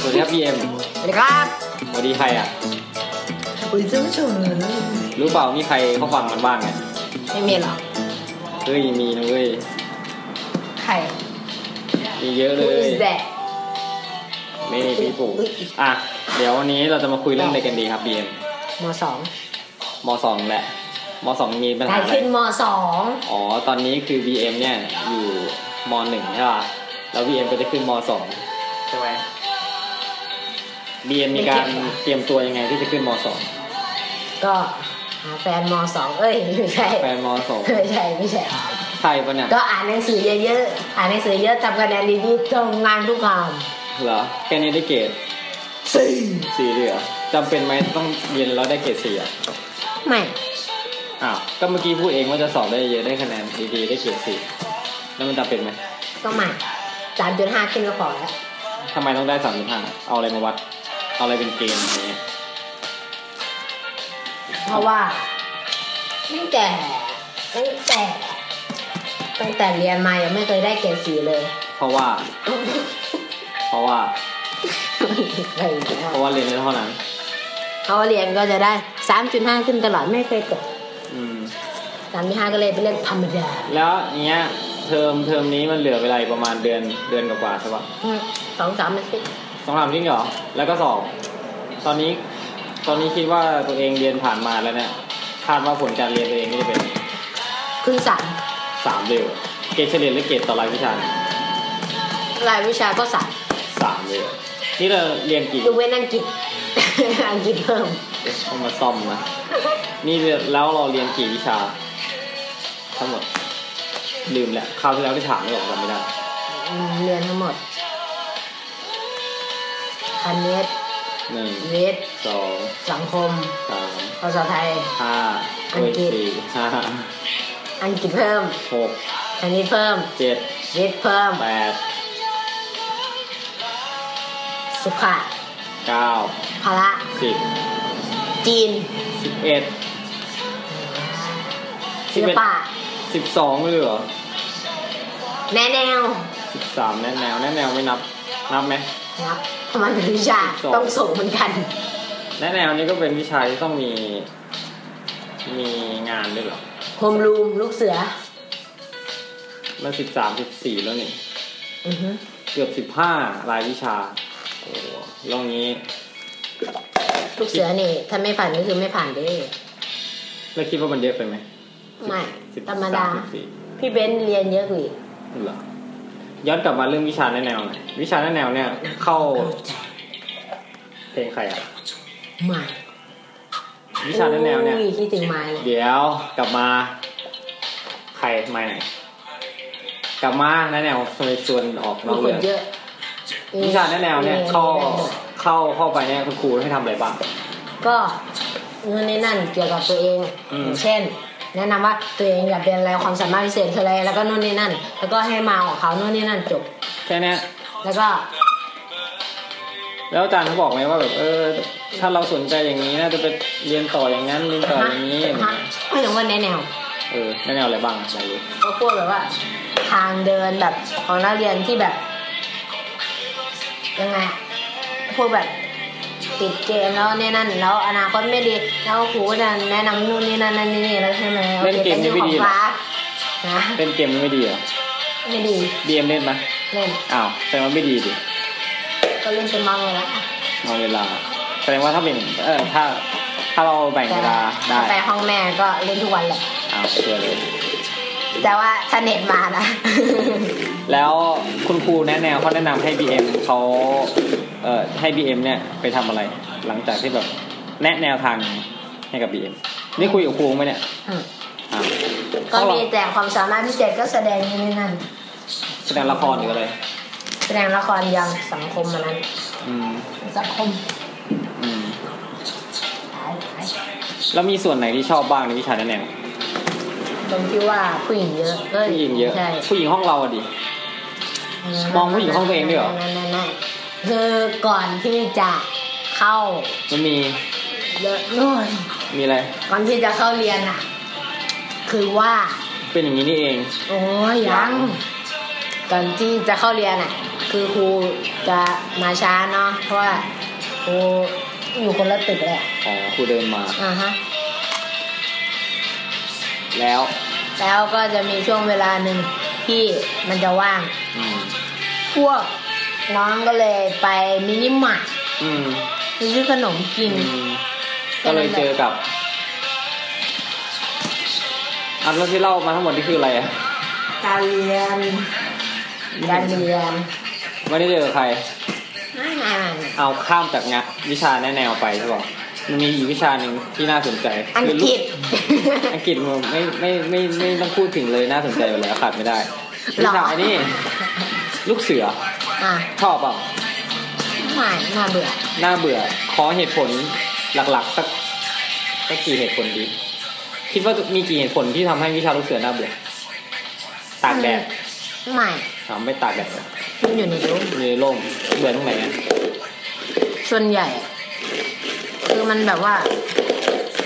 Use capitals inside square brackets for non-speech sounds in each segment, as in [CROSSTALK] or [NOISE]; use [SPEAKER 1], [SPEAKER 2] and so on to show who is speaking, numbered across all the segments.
[SPEAKER 1] สวัสดีครับพี่เอ็ม
[SPEAKER 2] สวัสดีครับ
[SPEAKER 1] สวัสดีใครอ่ะ
[SPEAKER 2] คุยซื้อชม
[SPEAKER 1] รู้เปล่ามีใครเขาฟังมันบ้างไง
[SPEAKER 2] ไม่มีหรอก
[SPEAKER 1] เฮ้ยมีนะเว้ย
[SPEAKER 2] ใคร
[SPEAKER 1] มีเยอะเล
[SPEAKER 2] Who
[SPEAKER 1] ย
[SPEAKER 2] is that
[SPEAKER 1] ไม่พี่ปู่อ่ะเดี๋ยววันนี้เราจะมาคุยเรื่องอะไรกันดีครับพี่เอ็ม
[SPEAKER 2] มสอง
[SPEAKER 1] มสองแหละมสองมีปัญ
[SPEAKER 2] ได้
[SPEAKER 1] หาอะไร
[SPEAKER 2] ขึ้นมสอง
[SPEAKER 1] อ๋อตอนนี้คือ BM เนี่ยอยู่มหนึ่งใช่ป่ะแล้ว BM ก็จะขึ้นมสองใช่ไหม BM มีการเตรียมตัวยังไงที่จะขึ้นมสอง
[SPEAKER 2] ก็หาแฟนมสองเอ้ยไม่ใช่
[SPEAKER 1] แฟนมสอง
[SPEAKER 2] ไม่ใช่ไม่ใช่
[SPEAKER 1] ใช่ปะเนี่ย
[SPEAKER 2] ก็อ่านหนังสือเยอะๆ อ่านหนังสือเยอะทำคะแนนดีๆตรงงานทุกค
[SPEAKER 1] เหรอแค่นี้ได้เกรด
[SPEAKER 2] ำสี่
[SPEAKER 1] สี่เหลือจำเป็นไหมต้องเรียนแล้วได้เกรดสี่อ่ะ
[SPEAKER 2] ไม่
[SPEAKER 1] อ้าวก็เมื่อกี้พูดเองว่าจะสอบได้เยอะได้คะแนนดีๆได้เกรดสี่แล้วมันจำเป็นไหม
[SPEAKER 2] ก็ไม่สามจุดห้าขึ้นก็พอแล้ว
[SPEAKER 1] ทำไมต้องได้สามห้าเอาอะไรมาวัด เอาอะไรเป็นเกณฑ์อย่างเงี้ย
[SPEAKER 2] เพราะว่าตั้งแต่ตั้งแต่ตั้งแต่เรียนมายังไม่เคยได้เกรดสี่เลย
[SPEAKER 1] เพราะว่า เพราะว่า
[SPEAKER 2] ไปอีกแล้ว
[SPEAKER 1] เพราะว่าเรียนได้เท่านั้น
[SPEAKER 2] เขาเรียนก็จะได้สามจุดห้าขึ้นตลอดไม่เคยตก
[SPEAKER 1] อืม
[SPEAKER 2] สามจุดห้าก็เลยเป็นเรื่องธรรมดา
[SPEAKER 1] แล้วอย่างเงี้ย เทอมเทอมนี้มันเหลือเวลาอีกประมาณเดือนเดือนกว่าๆใช่ปะ
[SPEAKER 2] อืมสองสามมันสิ
[SPEAKER 1] สองสามทิ้งเหรอ แล้วก็สอบตอนนี้ ตอนนี้คิดว่าตัวเองเรียนผ่านมาแล้วเนี่ยคาดว่าผลการเรียนตัวเองก็จะเป็น
[SPEAKER 2] ขึ้นสาม
[SPEAKER 1] สามเร็วเกรดเฉลี่ยหรือเกรดต่อรายวิชาร
[SPEAKER 2] ายวิชาก็สาม
[SPEAKER 1] สามเร็วนี่เราเรียนกี่
[SPEAKER 2] ยกเว้นอังกฤษ [LAUGHS] อังกฤษเพิ่ม
[SPEAKER 1] ต้องมาซ่อมนะนี่เรียนแล้วเราเรียนกี่วิชา ทั้งหมด ลืมแหละคราวที่แล้วที่ถามไม่บอกจำไม่ได้
[SPEAKER 2] อืมเรียนทั้งหมดคณิต
[SPEAKER 1] หนึ่ง
[SPEAKER 2] วิทย์
[SPEAKER 1] สอง
[SPEAKER 2] สังคม
[SPEAKER 1] สาม
[SPEAKER 2] ภาษาไทย
[SPEAKER 1] ห้า
[SPEAKER 2] อังกฤษ
[SPEAKER 1] สี่ห้า
[SPEAKER 2] อังกฤษเพิ่ม
[SPEAKER 1] หก
[SPEAKER 2] คณิตเพิ่ม
[SPEAKER 1] เจ็ด
[SPEAKER 2] วิทย์เพิ่ม
[SPEAKER 1] แปด
[SPEAKER 2] สุขะ
[SPEAKER 1] เก้า
[SPEAKER 2] พละ
[SPEAKER 1] สิบ
[SPEAKER 2] จีน
[SPEAKER 1] สิบเอ็ด
[SPEAKER 2] ศิลปะ
[SPEAKER 1] สิบสองเลยเหรอ
[SPEAKER 2] แม่แนว
[SPEAKER 1] สิบสามแนะแนวแนะแนวไม่นับ นับไหม
[SPEAKER 2] นะครับทำไมเป็นวิชา
[SPEAKER 1] สิบสอง
[SPEAKER 2] ต้องส่งเหมือนกัน
[SPEAKER 1] แนะแนวนี้ก็เป็นวิชาที่ต้องมี มีงานด้วยเหรอ
[SPEAKER 2] โฮมรูม ลูกเสือ
[SPEAKER 1] มันสิบสามสิบสี่แล้วนี่
[SPEAKER 2] อือฮึ
[SPEAKER 1] เกือบสิบห้ารายวิชา โอ้โหแลวงี้
[SPEAKER 2] ลูกเสือนี่ ถ้าไม่ผ่านก็คือไม่ผ่านเด้
[SPEAKER 1] แล้วคิดว่ามันเยอะไปไหม
[SPEAKER 2] ไม่
[SPEAKER 1] สิบ
[SPEAKER 2] ธรรมดา
[SPEAKER 1] สิบสี่
[SPEAKER 2] พี่เบนซ์เรียนเยอะกว่าอีก
[SPEAKER 1] เหรอ ย้อนกลับมาเรื่องวิชาแนะแนวหน่อยวิชาแนะแนวเนี่ย เข้าเพลงใครอ่ะ
[SPEAKER 2] ไม่
[SPEAKER 1] วิชาแนะแนวเนี่ย
[SPEAKER 2] อุ้คิดถึงไม้
[SPEAKER 1] เดี๋ยวกลับมา ใครไม่ไหน กลับมาแนะแนวชวนออกน
[SPEAKER 2] มี
[SPEAKER 1] อก
[SPEAKER 2] ค
[SPEAKER 1] เรื่
[SPEAKER 2] น
[SPEAKER 1] อง
[SPEAKER 2] เยอะ
[SPEAKER 1] วิชาแนะแนวเนี่ยเข้าเข้าเข้าไปเนี่ยคุณครูให้ทำอะไรบ้าง
[SPEAKER 2] ก็นู่นนี่นั่นเกี่ยวกับตัวเอง
[SPEAKER 1] อืม
[SPEAKER 2] อย่างเช่น แนะนำว่าตัวเองอยากเป็นอะไรความสามารถพิเศษคืออะไรแล้วก็นู่นนี่นั่น แล้วก็ให้มาของเขานู่นนี่นั่นจบ
[SPEAKER 1] แค่เนี้ย
[SPEAKER 2] แล้วก็
[SPEAKER 1] แล้วอาจารย์เขาบอกไหมว่าแบบเออ ถ้าเราสนใจอย่างนี้น่าจะไปเรียนต่ออย่างนั้นเรียนต่ออย่างนี้อย่าง
[SPEAKER 2] ฮะ
[SPEAKER 1] เงี้ย
[SPEAKER 2] ไม่รู้ว่าแนะแนว
[SPEAKER 1] เออแนะแนวอะไรบ้างอยากรู้
[SPEAKER 2] ก็พวกแบบว่า ทางเดินแบบของนักเรียนที่แบบ ยังไงอะพวกแบบติดเกมแล้วนี่นั่น แล้วอนาคตไม่ดีแล้วครูก็จะแนะนำนู่นนี่นั่นนั่นนี่แล้วใช่ไหมโอคป็รื่องของคลาสนะ
[SPEAKER 1] เล่นเกมไม่ดีเหรอ
[SPEAKER 2] ไม่ดี
[SPEAKER 1] บีเอ็มเล่นไหม
[SPEAKER 2] เล่น
[SPEAKER 1] อ้าวแสดงว่าไม่ดีดิ
[SPEAKER 2] ก็เล่นเป็นบางเวลาม
[SPEAKER 1] องเวลาแสดงว่าถ้าเป็นเออถ้าถ้าเราแบ่ง
[SPEAKER 2] แต่
[SPEAKER 1] เวลาได้
[SPEAKER 2] ถ้าไปห้องแม่ก็เล่นทุกวันแหละ
[SPEAKER 1] อ้าวเชื่อเลย
[SPEAKER 2] แต่ว่าถ้าเน็ตมานะ
[SPEAKER 1] แล้วคุณครูแนะแนวเขาแนะนำให้บีเอ็มเขาเอ่อให้บีเอ็มเนี่ยไปทำอะไร หลังจากที่แบบแนะแนวทางให้กับบีเอ็มนี่คุยกับครูไหมเนี่ย อ่ะ
[SPEAKER 2] ก็มีแต่ความสามารถพิเศษก็แสดงนี่นั่น
[SPEAKER 1] แสดงละครหรืออะไร
[SPEAKER 2] แสดงละครยังสังคมอันนั้น
[SPEAKER 1] อืม
[SPEAKER 2] สังคม
[SPEAKER 1] อืม
[SPEAKER 2] หายหาย
[SPEAKER 1] แล้วมีส่วนไหนที่ชอบบ้างในวิชาแนะแนว
[SPEAKER 2] ตรงที่ว่าผู้หญิงเยอะเอ้
[SPEAKER 1] ผู้หญิงเยอะ
[SPEAKER 2] ใช่
[SPEAKER 1] ผู้หญิงห้องเราอะดิ มองผู้หญิงห้องตัวเองด้วยเหรอ
[SPEAKER 2] นั่นนั่นนั่นคือก่อนที่จะเข้า
[SPEAKER 1] มันมี
[SPEAKER 2] เยอะหน่อย
[SPEAKER 1] มีอะไร
[SPEAKER 2] ก่อนที่จะเข้าเรียนอ่ะ คือว่า
[SPEAKER 1] เป็นอย่างนี้นี่เอง
[SPEAKER 2] โอ้ยยัง
[SPEAKER 1] ยัง
[SPEAKER 2] ก่อนที่จะเข้าเรียนอ่ะ คือครูจะมาช้าเนาะเพราะว่าครูอยู่คนละตึกเลยอะ
[SPEAKER 1] อ๋อครูเดินมา
[SPEAKER 2] อ่าฮะ
[SPEAKER 1] แล้ว
[SPEAKER 2] แล้วก็จะมีช่วงเวลาหนึ่งที่มันจะว่าง
[SPEAKER 1] อืม
[SPEAKER 2] พวกน้องก็เลยไปมินิมาร์ท
[SPEAKER 1] อืม
[SPEAKER 2] ไปซื้อขนมกิน
[SPEAKER 1] อืมก็เลยเจอกับอันแล้วที่เล่ามาทั้งหมดนี่คืออะไรอ่ะ
[SPEAKER 2] การเรียนการเรียน
[SPEAKER 1] ไม่ได้เจอใคร
[SPEAKER 2] ไม่ไม่ไม่ไม่
[SPEAKER 1] เอาข้ามจากงะวิชาแนะแนวไปใช่ป่ะมันมีอีกวิชาหนึ่งที่น่าสนใจ
[SPEAKER 2] อัง
[SPEAKER 1] คื
[SPEAKER 2] กฤษ
[SPEAKER 1] ลูกอังกฤษมันไม่ไม่ไม่ไม่ไม่ต้องพูดถึงเลยน่าสนใจอยู่แล้วขาดไม่ได้วิ
[SPEAKER 2] หร
[SPEAKER 1] ชา
[SPEAKER 2] อ
[SPEAKER 1] นี่ ลูกเสือ
[SPEAKER 2] อ่ะ
[SPEAKER 1] ชอบเปล่า
[SPEAKER 2] ไม่น่าเบื่อ
[SPEAKER 1] น่าเบื่อ ขอเหตุผลหลักๆสักสักกี่เหตุผลดีคิดว่ามีกี่เหตุผลที่ทำให้วิชาลูกเสือน่าเบื่อตากแดด
[SPEAKER 2] ไม่
[SPEAKER 1] ถามไม่ตากแดดเหรอ
[SPEAKER 2] มันอยู่ในรูม
[SPEAKER 1] อยู่ในร่มเบื่อตรงไหนอะ
[SPEAKER 2] ส่วนใหญ่อะคือมันแบบว่า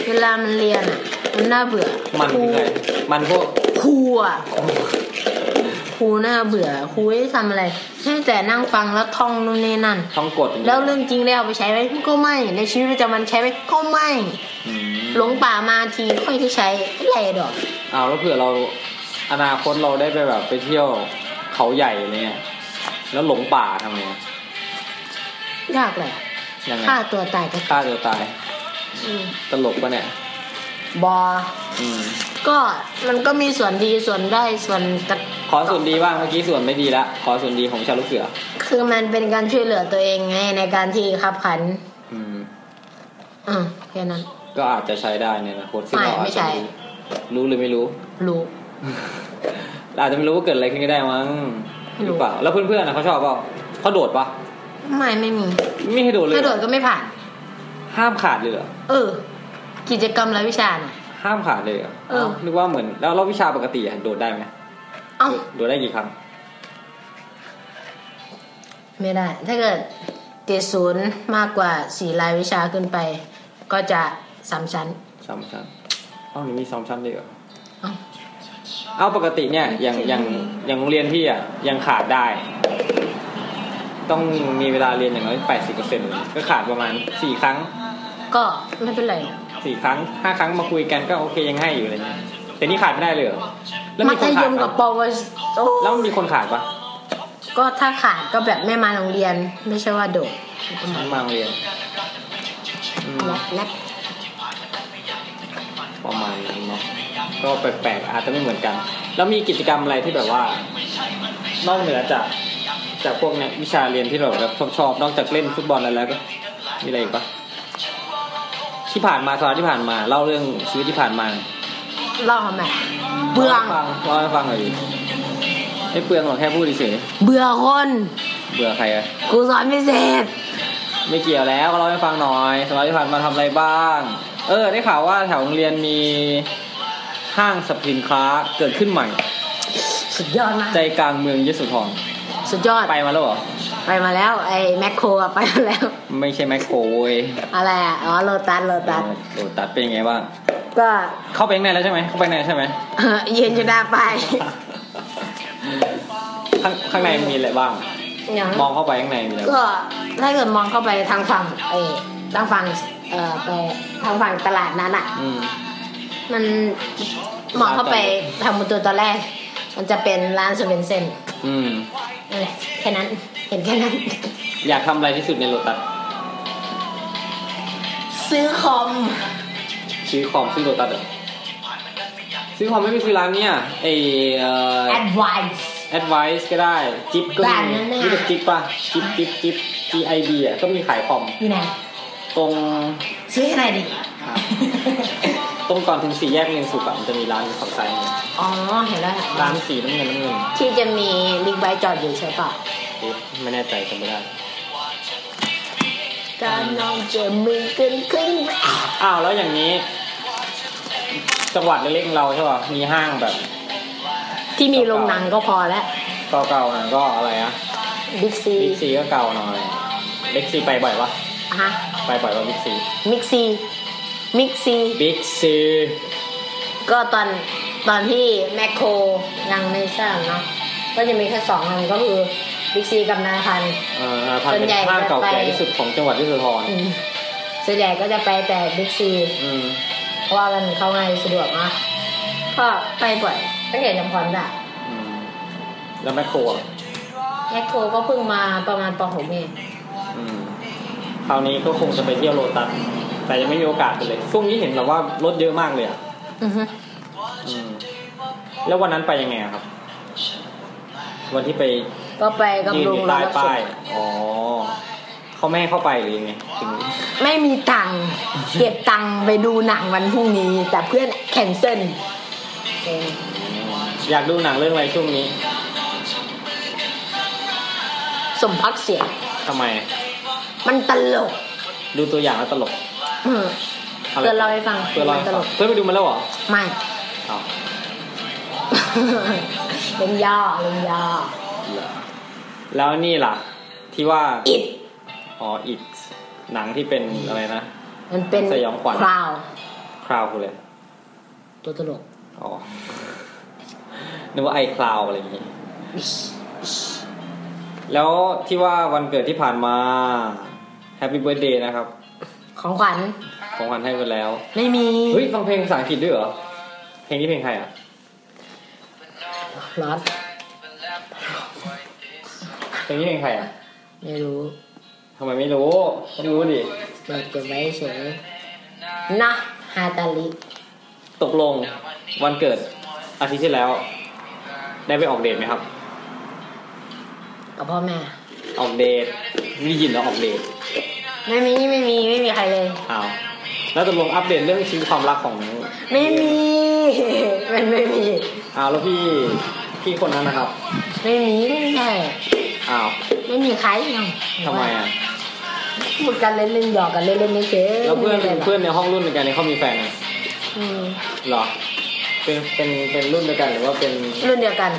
[SPEAKER 2] เวลามันเรียนอ่ะ มันน่าเบื่อ
[SPEAKER 1] มัน
[SPEAKER 2] ครู
[SPEAKER 1] คืออะไรมันพวก
[SPEAKER 2] ครูอ่ะครูน่าเบื่อครูให้ทำอะไรให้แต่นั่งฟังแล้วท่องนู่นนี่นั่น
[SPEAKER 1] ต้องกดอย่างนี้
[SPEAKER 2] แล้วเรื่องจริงได้เอาไปใช้ไหมก็ไม่ ในชีวิตประจำวันใช้ไหมก็ไม่
[SPEAKER 1] อืม
[SPEAKER 2] หลงป่ามาทีค่อยได้ใช้อะไรดอก
[SPEAKER 1] เอาแล้วเผื่อเราอนาคตเราได้ไปแบบไปเที่ยวเขาใหญ่อะไรเนี่ย แล้วหลงป่าทำไง
[SPEAKER 2] ยากเลยอะ
[SPEAKER 1] ยังไง
[SPEAKER 2] ฆ่าตัวตายก็
[SPEAKER 1] ฆ่าตัวตาย
[SPEAKER 2] อืม
[SPEAKER 1] ตลกปะเนี่ย
[SPEAKER 2] บอ
[SPEAKER 1] อืม
[SPEAKER 2] ก็มันก็มีส่วนดีส่วนได้ส่วนตะ
[SPEAKER 1] ขอส่วนดีบ้างเมื่อกี้ส่วนไม่ดีละขอส่วนดีของชาลูกเสือ
[SPEAKER 2] คือมันเป็นการช่วยเหลือตัวเองไงในการที่ขับขัน
[SPEAKER 1] อืม
[SPEAKER 2] อืมแค่นั้น
[SPEAKER 1] ก็อาจจะใช้ได้ในอนาคตซึ่งเรา
[SPEAKER 2] ไม่
[SPEAKER 1] อา
[SPEAKER 2] ไม่
[SPEAKER 1] จ
[SPEAKER 2] ใช่
[SPEAKER 1] จะไม่รู้รู้หรือไม่รู้ [LAUGHS]
[SPEAKER 2] รู้
[SPEAKER 1] อาจจะไม่รู้ว่าเกิดอะไรขึ้นก็ได้มั้ง
[SPEAKER 2] ไม่
[SPEAKER 1] ห
[SPEAKER 2] รู้
[SPEAKER 1] รือเปล่า แล้วเพื่อนๆนะเขาชอบเปล่าเขาโดดปะ
[SPEAKER 2] ไม่ไม่มี
[SPEAKER 1] ไม่ให้โดดเลย
[SPEAKER 2] ถ้า
[SPEAKER 1] เห
[SPEAKER 2] โด
[SPEAKER 1] รอ
[SPEAKER 2] ดก็ไม่ผ่าน
[SPEAKER 1] ห้ามขาดเลยเหรอ
[SPEAKER 2] เออ กิจกรรมและวิชาน่ะ
[SPEAKER 1] ห้ามขาดเลยเหรอ
[SPEAKER 2] เออ
[SPEAKER 1] นึกว่าเหมือนแล้วเราวิชาปกติอะโดดได้ไหม
[SPEAKER 2] เอ้า
[SPEAKER 1] โดดได้กี่ครั้ง
[SPEAKER 2] ไม่ได้ ถ้าเกิดติดศูนย์มากกว่าสี่รายวิชาขึ้นไป ก็จะสามชั้น
[SPEAKER 1] สามชั้นเอ้าหรือมีสามชั้นด้วยเหรอ
[SPEAKER 2] เอ้า
[SPEAKER 1] เอาปกติเนี่ย อย่างอย่างอย่างโรงเรียนพี่อ่ะยังขาดได้ ต้องมีเวลาเรียนอย่างน้อยแปดสิบเปอร์เซ็นต์ก็ขาดประมาณสี่ครั้ง
[SPEAKER 2] ก็ไม่เป็นไรหรอก
[SPEAKER 1] สี่ครั้งห้าครั้งมาคุยกันก็โอเคยังให้อยู่อะไรเงี้ยแต่นี่ขาดไม่ได้เลยเหรอแล้ว
[SPEAKER 2] มั
[SPEAKER 1] มีค
[SPEAKER 2] ธ
[SPEAKER 1] น
[SPEAKER 2] ย
[SPEAKER 1] ขาด
[SPEAKER 2] มกับ
[SPEAKER 1] ปะ
[SPEAKER 2] ปวชโอ้
[SPEAKER 1] แล้วมีคนขาดปะ
[SPEAKER 2] ก็ถ้าขาดก็แบบไม่มาโรงเรียน ไม่ใช่ว่าโดด
[SPEAKER 1] มันมาโรงเรียนอืม
[SPEAKER 2] และและ
[SPEAKER 1] ประมาณนั้นเนาะก็แปลกๆอาจจะไม่เหมือนกัน แล้วมีกิจกรรมอะไรที่แบบว่า นอกเหนือจาก จากพวกเนี้ยวิชาเรียนที่เราแบบชอบชอบนอกจากเล่นฟุตบอลอะไรแล้วก็มีอะไรอีกปะที่ผ่านมาสัปดาห์ที่ผ่านมาเล่าเรื่องชีวิตที่ผ่านมา
[SPEAKER 2] เล่าทำไมเบื่อ
[SPEAKER 1] ฟังเล่าให้ฟังหน่อยดิไม่เปลืองหรอกแค่พูดเฉย
[SPEAKER 2] เบื่อคน
[SPEAKER 1] ๆเบื่อใครอะ
[SPEAKER 2] ครูสอนพิเศษ
[SPEAKER 1] ไม่เกี่ยวแล้วก็เล่าให้ฟังหน่อยสัปดาห์ที่ผ่านมาทำอะไรบ้าง เออ ได้ข่าวว่าแถวโรงเรียนมีห้างสรรพสินค้าเกิดขึ้นใหม่
[SPEAKER 2] สุดยอดมาก
[SPEAKER 1] ใจกลางเมืองยโสธร
[SPEAKER 2] สุดยอด
[SPEAKER 1] ไปมาแล้วเหรอ
[SPEAKER 2] ไปมาแล้ว ไอ้แมคโครอะไปมาแล้ว
[SPEAKER 1] ไม่ใช่แมคโครเว้ย
[SPEAKER 2] อะไรอะอ๋อโลตัสโลตัส
[SPEAKER 1] โดตัดเป็นยังไงบ้าง
[SPEAKER 2] ก็
[SPEAKER 1] เข้าไปข้างในแล้วใช่ไหมเข้าไปข้างในใช่ไหม
[SPEAKER 2] เอ่อยืนอยู่หน้าไปาย
[SPEAKER 1] ข้างข้างในมีอะไรบ้าง
[SPEAKER 2] อย่าง
[SPEAKER 1] มองเข้าไปข้างในมีอะไรบ้าง
[SPEAKER 2] ก็ถ้าเกิดมองเข้าไปทางฝั่งไอ้ทางฝั่งเอ่อไปทางฝั่งตลาดนั้นอะ
[SPEAKER 1] อืม
[SPEAKER 2] มันเหมาะเข้าไปทำประตูตอนแรก มันจะเป็นร้านสเวนเซน
[SPEAKER 1] อืม
[SPEAKER 2] นั่นแหละแค่นั้นเห็นแค่นั้น
[SPEAKER 1] อยากทำอะไรที่สุดในโลตัส
[SPEAKER 2] ซื้อคอม
[SPEAKER 1] ซื้อของซื้อโลตัสเหรอซื้อของไม่ไปซื้อร้านเนี่ยไอเอ่อ
[SPEAKER 2] แอดไวซ์
[SPEAKER 1] advice ก็ได้ จิ๊บก็
[SPEAKER 2] ร้าน
[SPEAKER 1] มี
[SPEAKER 2] นั้นน่ะ
[SPEAKER 1] รู้จักจิ๊บป่ะ จิ๊บจิ๊บจิ๊บ GIB อ่ะก็มีขายคอม
[SPEAKER 2] อยู่ไหน
[SPEAKER 1] ตรง
[SPEAKER 2] ซื้อที่ไหนดี
[SPEAKER 1] อ่าตรงก่อนถึงสี่แยกเรียนสุขอะมันจะมีร้านของซ้ายมือ
[SPEAKER 2] อ๋อ เห็นแล้วเห็นแล้ว
[SPEAKER 1] ร้านสีน้ำเงินน้ำเงิน
[SPEAKER 2] ที่จะมีบิ๊กไบค์จอดอยู่ใช่ปะ
[SPEAKER 1] เอ๊ะไม่แน่ใจจำไม่ได้
[SPEAKER 2] การนอนเจอมือกันขึ้น
[SPEAKER 1] อ้าวแล้วอย่างนี้ จังหวัดเล็กๆของเราใช่ป่ะมีห้างแบบ
[SPEAKER 2] ที่มีโรงหนังก็พอแล้ว
[SPEAKER 1] เก่าๆหนะก็อะไรอะ
[SPEAKER 2] บิ๊กซี
[SPEAKER 1] บิ๊กซีก็เก่าหน่อยเล็กซีไปบ่อยปะ
[SPEAKER 2] ฮะ
[SPEAKER 1] ไปบ่อยปะบิ๊กซี
[SPEAKER 2] มิกซีมิกซี
[SPEAKER 1] บิ๊กซี
[SPEAKER 2] ก็ตอนตอนที่แมคโครยังไม่สร้างเนาะก็จะมีแค่สองอันก็คือ บิ๊กซีกับนาพัน
[SPEAKER 1] เอ่ออาพันธุ์เป็น
[SPEAKER 2] ส่วนใหญ่
[SPEAKER 1] ห้างเก่าแก่
[SPEAKER 2] จะไป
[SPEAKER 1] ที่สุดของจังหวัดยโสธร
[SPEAKER 2] อืมส่วนใหญ่ก็จะไปแต่บิ๊กซี
[SPEAKER 1] อืม
[SPEAKER 2] เพราะว่ามันเข้าง่ายสะดวกมากก็ไปบ่อยตั้งแต่จำพรได้
[SPEAKER 1] อืมแล้วแมคโครอ่ะ
[SPEAKER 2] แมคโครก็เพิ่งมาประมาณป .6 เอง
[SPEAKER 1] อืมคราวนี้ก็คงจะไปเที่ยวโลตัสแต่ยังไม่มีโอกาสไปเลยช่วงนี้เห็นแบบว่ารถเยอะมากเลยอ่ะ
[SPEAKER 2] อือฮึ
[SPEAKER 1] อืมแล้ววันนั้นไปยังไงอะครับ วันที่ไป
[SPEAKER 2] ก็ไปกับ
[SPEAKER 1] ยืน
[SPEAKER 2] ลุ
[SPEAKER 1] อง ยู่
[SPEAKER 2] แล้
[SPEAKER 1] ใต้
[SPEAKER 2] วก็
[SPEAKER 1] ป้ายอ๋อเขาไม่ให้เข้าไปหรือยังไงถึง
[SPEAKER 2] ไม่มีตังค์เก็บตังค์ไปดูหนังวันพรุ่งนี้ แต่เพื่อนแคนเซิล
[SPEAKER 1] อยากดูหนังเรื่องอะไรช่วงนี้
[SPEAKER 2] สมพักเสียง
[SPEAKER 1] ทำไม
[SPEAKER 2] มันตลก
[SPEAKER 1] ดูตัวอย่างแล้วตลก
[SPEAKER 2] เออ
[SPEAKER 1] ะไร
[SPEAKER 2] เพื่อนเล่าให้ฟัง
[SPEAKER 1] เพื่อนเล่าให้
[SPEAKER 2] มันตล
[SPEAKER 1] ฟัง
[SPEAKER 2] ก
[SPEAKER 1] เพื่อนไปดูมาแล้วเหรอ
[SPEAKER 2] ไม่ [LAUGHS]
[SPEAKER 1] อ้าว
[SPEAKER 2] เล่นย่อเล่นย่อ
[SPEAKER 1] แล้วนี่ล่ะ ที่ว่า
[SPEAKER 2] อิด
[SPEAKER 1] อ๋ออิดหนังที่เป็นอะไรนะ
[SPEAKER 2] มันเป็น
[SPEAKER 1] สยองขวัญ
[SPEAKER 2] คราว
[SPEAKER 1] คราวคืออะไร
[SPEAKER 2] ตัวตลก
[SPEAKER 1] อ๋อนึกว่าไอคลาวอะไรอย่างงี้ แล้วที่ว่าวันเกิดที่ผ่านมาแฮปปี้เบิร์ดเดย์นะครับ
[SPEAKER 2] ของขวัญ
[SPEAKER 1] ของขวัญให้ไปแล้ว
[SPEAKER 2] ไม่มี
[SPEAKER 1] เฮ้ย ฟังเพลงภาษาอังกฤษด้วยเหรอ เพลงนี้เพลงใครอ่ะ
[SPEAKER 2] ร้อน
[SPEAKER 1] เพลงนี้เพลงใครอ่ะ
[SPEAKER 2] ไม่รู้
[SPEAKER 1] ทำไมไม่รู้ต้องรู้ดิ
[SPEAKER 2] เปิดเก็บไว้เฉยนะฮาตาลิ
[SPEAKER 1] ตกลงวันเกิดอาทิตย์ที่แล้ว ได้ไปออกเดทไหมครับ
[SPEAKER 2] กับพ่อแม่
[SPEAKER 1] ออกเดทมียินแล้วออกเดท
[SPEAKER 2] ไม่มีไม่มีไม่มีใครเลย
[SPEAKER 1] อ้าวแล้วตกลงอัปเดตเรื่องชีวิตความรักของ
[SPEAKER 2] ไม่มี มันไม่มี
[SPEAKER 1] อ้าวแล้วพี่พี่คนนั้นนะครับ
[SPEAKER 2] ไม่มีไม่มีใคร
[SPEAKER 1] อ้าว
[SPEAKER 2] ไม่มีใครยัง
[SPEAKER 1] ทำไมอ่ะ
[SPEAKER 2] พูดกันเล่นเล่นๆหยอกกันเล่นเล่นๆเฉยๆ
[SPEAKER 1] แล้วเพื่อน
[SPEAKER 2] ไม่มีะไรหรก
[SPEAKER 1] เพื่อนในห้องรุ่นเดียวกันเนี่ยเขามีแฟนไหม
[SPEAKER 2] อืม
[SPEAKER 1] เหรอเป็นเป็นเป็นรุ่นเดียวกันหรือว่าเป็น
[SPEAKER 2] รุ่นเดียวกัน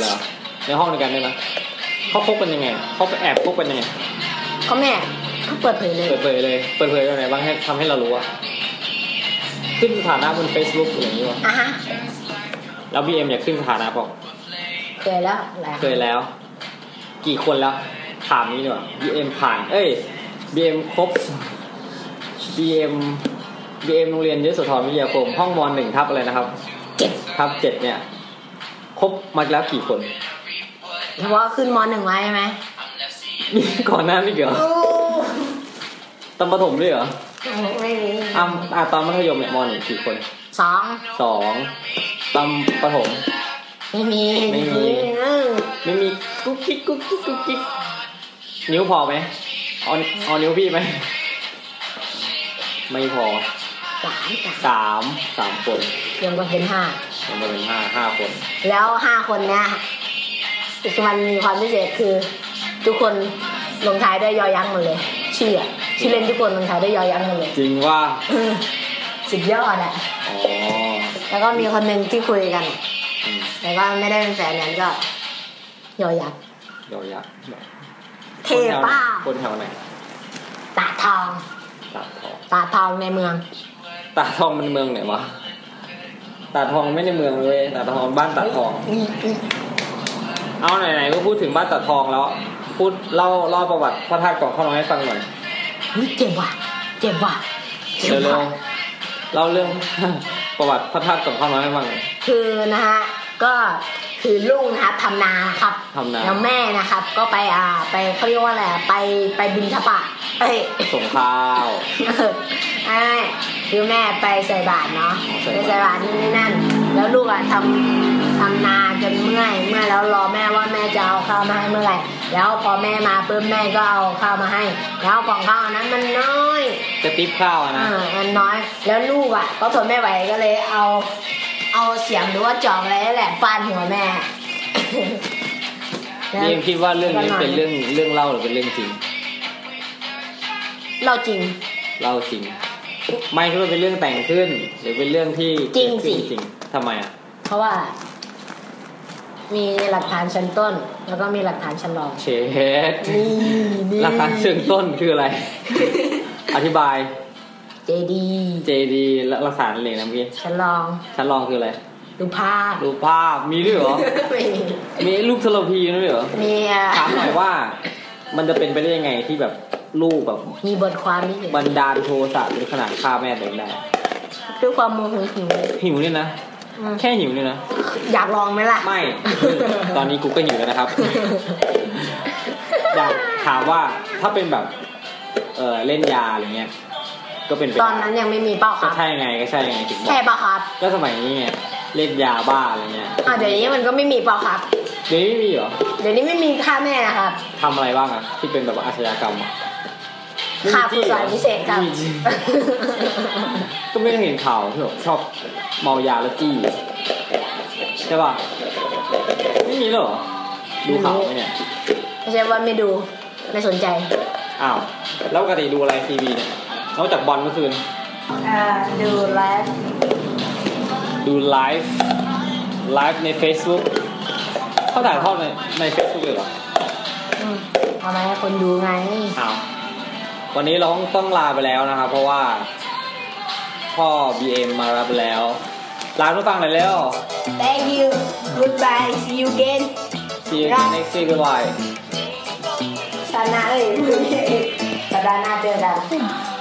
[SPEAKER 1] เหรอในห้องเดียวกันด้วยนะเขาคบกันยังไงเขาไปแอบคบกันยังไง
[SPEAKER 2] เขาแม่เขาเปิดเผยเลย
[SPEAKER 1] เปิดเผยเลยเปิดเผยยังไงบ้างให้ทำให้เรารู้อ่ะขึ้นสถานะบน Facebook อย่างนี้วะ
[SPEAKER 2] อ่ะฮะ
[SPEAKER 1] แล้วบีเอ็มอยากขึ้นสถานะบอก
[SPEAKER 2] เคยแล้วหลาย
[SPEAKER 1] เคยแล้ว กี่คนแล้ว ถามนี้ดีกว่าบีเอ็มผ่าน เอ้ยบีเอ็มครบบีเอ็มบีเอ็มโรงเรียนยศธรวิทยาคม ห้องมหนึ่งทับอะไรนะครับ
[SPEAKER 2] เจ็ด
[SPEAKER 1] ทับเจ็ดเนี่ย ครบมาแล้วกี่คน [LAUGHS]
[SPEAKER 2] เฉพาะขึ้นมหนึ่งไว้ใช่ไหม
[SPEAKER 1] มีก่อนหน้านี้เหรอตอนประถมด้วยเหรอ
[SPEAKER 2] ไม่มี
[SPEAKER 1] อ้าวอ่ะตอนมัธยมเนี่ยมหนึ่งกี่คน
[SPEAKER 2] สอง
[SPEAKER 1] สองตอนประถม
[SPEAKER 2] ไม่มี
[SPEAKER 1] ไม่มี
[SPEAKER 2] อืม
[SPEAKER 1] ไม่มีกุ๊กกิ๊กกุ๊กกิ๊กกุ๊กกิ๊กนิ้วพอไหมเอาเอานิ้วพี่ไหมไม่พอ
[SPEAKER 2] สามสา
[SPEAKER 1] สา
[SPEAKER 2] ม
[SPEAKER 1] มสามคน
[SPEAKER 2] รวมกันเป็นห้า
[SPEAKER 1] มันจะเป็นห้าห้าคน
[SPEAKER 2] แล้วห้าคนเนี้ยอีกมันมีความพิเศษคือ ทุกคนลงท้ายด้วยยอยักษ์หมดเลยชื่ออะชื่อเล่นทุกคนลงท้ายด้วยยอยักษ์หมดเลย [LAUGHS]
[SPEAKER 1] จริงว่า
[SPEAKER 2] เออสุดยอดอะ
[SPEAKER 1] อ๋อ
[SPEAKER 2] แล้วก็มีคนหนึ่งที่คุยกัน
[SPEAKER 1] อืม
[SPEAKER 2] แต่ว่าไม่ได้เป็นแฟนกันก็ ยอยักษ์
[SPEAKER 1] เดี๋ยวอยาก
[SPEAKER 2] เทป้า
[SPEAKER 1] คนแถวไหน
[SPEAKER 2] ตาทอง
[SPEAKER 1] ตาดทอง
[SPEAKER 2] ตาทองในเมือง
[SPEAKER 1] ตาดทองมันเมืองไหนวะตาดทองไม่ในเมืองเลยตาดทองบ้านตาดทอง เอาไหนๆก็พูดถึงบ้านตาดทองแล้ว พูดเล่าเล่าประวัติพระธาตุเกาะข้าวน้อยให้ฟังหน่อย
[SPEAKER 2] อุ้ยเจ็บว่ะเจ็บว่ะ
[SPEAKER 1] เร็ว
[SPEAKER 2] ว่ะ
[SPEAKER 1] ๆเล่าเรื่อง [LAUGHS] ประวัติพระธาตุกับข้าวน้อยให้ฟังหน่อย
[SPEAKER 2] คือนะฮะก็คือลุงนะครับทำนานะครับ
[SPEAKER 1] ทำนา
[SPEAKER 2] แล้วแม่นะครับ ก็ไปอ่าไปเขาเรียกว่าอะไรอ่ะไปไปบินทบาทเอ้ย [LAUGHS]
[SPEAKER 1] ส่งข้าว
[SPEAKER 2] ไอ้คือแม่ไปใส่บาตรเนาะ
[SPEAKER 1] ใส่
[SPEAKER 2] ไป
[SPEAKER 1] บาตร
[SPEAKER 2] ใส่บาตรนู่นนี่นั่น แล้วลูกอ่ะทำทำนาจนเมื่อยเมื่อยแล้วรอแม่ว่าแม่จะเอาข้าวมาให้เมื่อไหร่แล้วพอแม่มาปุ๊บแม่ก็เอาข้าวมาให้ แล้วกล่องข้าวอันนั้นมันน้อย
[SPEAKER 1] กระติบข้าวอะนะ
[SPEAKER 2] อ่ามันน้อยแล้วลูกอ่ะ ก็ทนไม่ไหวก็เลยเอา เอาเสียมหรือว่าจอบอะไรนั่นแหละฟาดหัวแม่ [LAUGHS] แล้ว
[SPEAKER 1] นี่ยังคิดว่าเรื่องนี้เป็นเรื่องเรื่องเล่าหรือเป็นเรื่องจริง
[SPEAKER 2] เราจริง
[SPEAKER 1] เล่าจริง ไม่คิดว่าเป็นเรื่องแต่งขึ้น หรือเป็นเรื่องที่
[SPEAKER 2] จริงสิ
[SPEAKER 1] เกิดขึ้นจริงทำไมอ่ะ
[SPEAKER 2] เพราะว่า มีหลักฐานชั้นต้น แล้วก็มีหลักฐานชั้นรอง
[SPEAKER 1] เชด
[SPEAKER 2] นี่นี่
[SPEAKER 1] ราคาเชิงต้นคืออะไร อธิบาย
[SPEAKER 2] [LAUGHS] เจดี
[SPEAKER 1] JD และหลักฐานอะไรนะเมื่อกี้
[SPEAKER 2] ชั้นรอง
[SPEAKER 1] ชั้นรองคืออะไร
[SPEAKER 2] ดูภาพ [LAUGHS]
[SPEAKER 1] รูปภาพมีด้วยเหรอ
[SPEAKER 2] มี
[SPEAKER 1] มีลูกทรพีด้วยเหรอ
[SPEAKER 2] มีอ่ะ
[SPEAKER 1] ถามหน่อยว่ามันจะเป็นไปได้ยังไงที่แบบลูกแบบ
[SPEAKER 2] มีบทความนี่
[SPEAKER 1] บันดาลโทสะถึงขนาดฆ่าแม่ตัวเองได้
[SPEAKER 2] ด้วยความโมโหหิว
[SPEAKER 1] หิวเนี่ยนะ
[SPEAKER 2] อืม
[SPEAKER 1] แค่หิวเนี่ยนะ
[SPEAKER 2] อยากลองไหมล่ะ
[SPEAKER 1] ไม่ ตอนนี้กูก็หิวแล้วนะครับ อยากถามว่าถ้าเป็นแบบ เออเล่นยาอะไรเงี้ย ก็เป็นไป
[SPEAKER 2] ต
[SPEAKER 1] ได้
[SPEAKER 2] อนนั้นยังไม่มีเป้าค
[SPEAKER 1] ก็
[SPEAKER 2] รับ
[SPEAKER 1] ใช่ไงก็ใช่ไงถึงบอ
[SPEAKER 2] ใช่
[SPEAKER 1] ก
[SPEAKER 2] เปล่าครับ
[SPEAKER 1] ก็สมัยนี้ไงเล่นยาบ้าอะไรเงี้ย
[SPEAKER 2] อ่ะเดี๋ยวนี้มันก็ไม่มีเป้าครับ
[SPEAKER 1] เดี๋ยวนี้ไม่มีเหรอ
[SPEAKER 2] เดี๋ยวนี้ไม่มีค่าแม่นะครับ
[SPEAKER 1] ทำอะไรบ้างอะที่เป็นแบบว่าอาชญากรรมอะไม่มี
[SPEAKER 2] ค่าผู้สอนพิเศษครับ
[SPEAKER 1] ไม่มีจี้ ก็ไม่ได้เห็นข่าวที่แบบชอบเมายาแล้วจี้ใช่ป่ะไม่มีแล้วเหรอดูข่าวไหมเนี่ย
[SPEAKER 2] ไม่ใช่ว่าไม่ดูไม่สนใจ
[SPEAKER 1] อ้าวแล้วปกติดูอะไรทีวีเนี่ยนอกจากบอลเมื่อคืน
[SPEAKER 2] อ่าดูไลฟ์
[SPEAKER 1] ดูไลฟ์ไลฟ์ใน Facebook เขาถ่ายทอดในใน Facebook เลยเหรอ
[SPEAKER 2] อืมเอามาให้คนดูไง
[SPEAKER 1] อ้าววันนี้เราต้องต้องลาไปแล้วนะครับ เพราะว่า พ่อ BM มารับแล้ว ลาทุกฟังหน่อยแล้ว
[SPEAKER 2] Thank you goodbye see you again
[SPEAKER 1] See you again next week goodbye
[SPEAKER 2] [LAUGHS] สัปดาห์หน้าเอ้ยสัปดาห์หน้าเจอกัน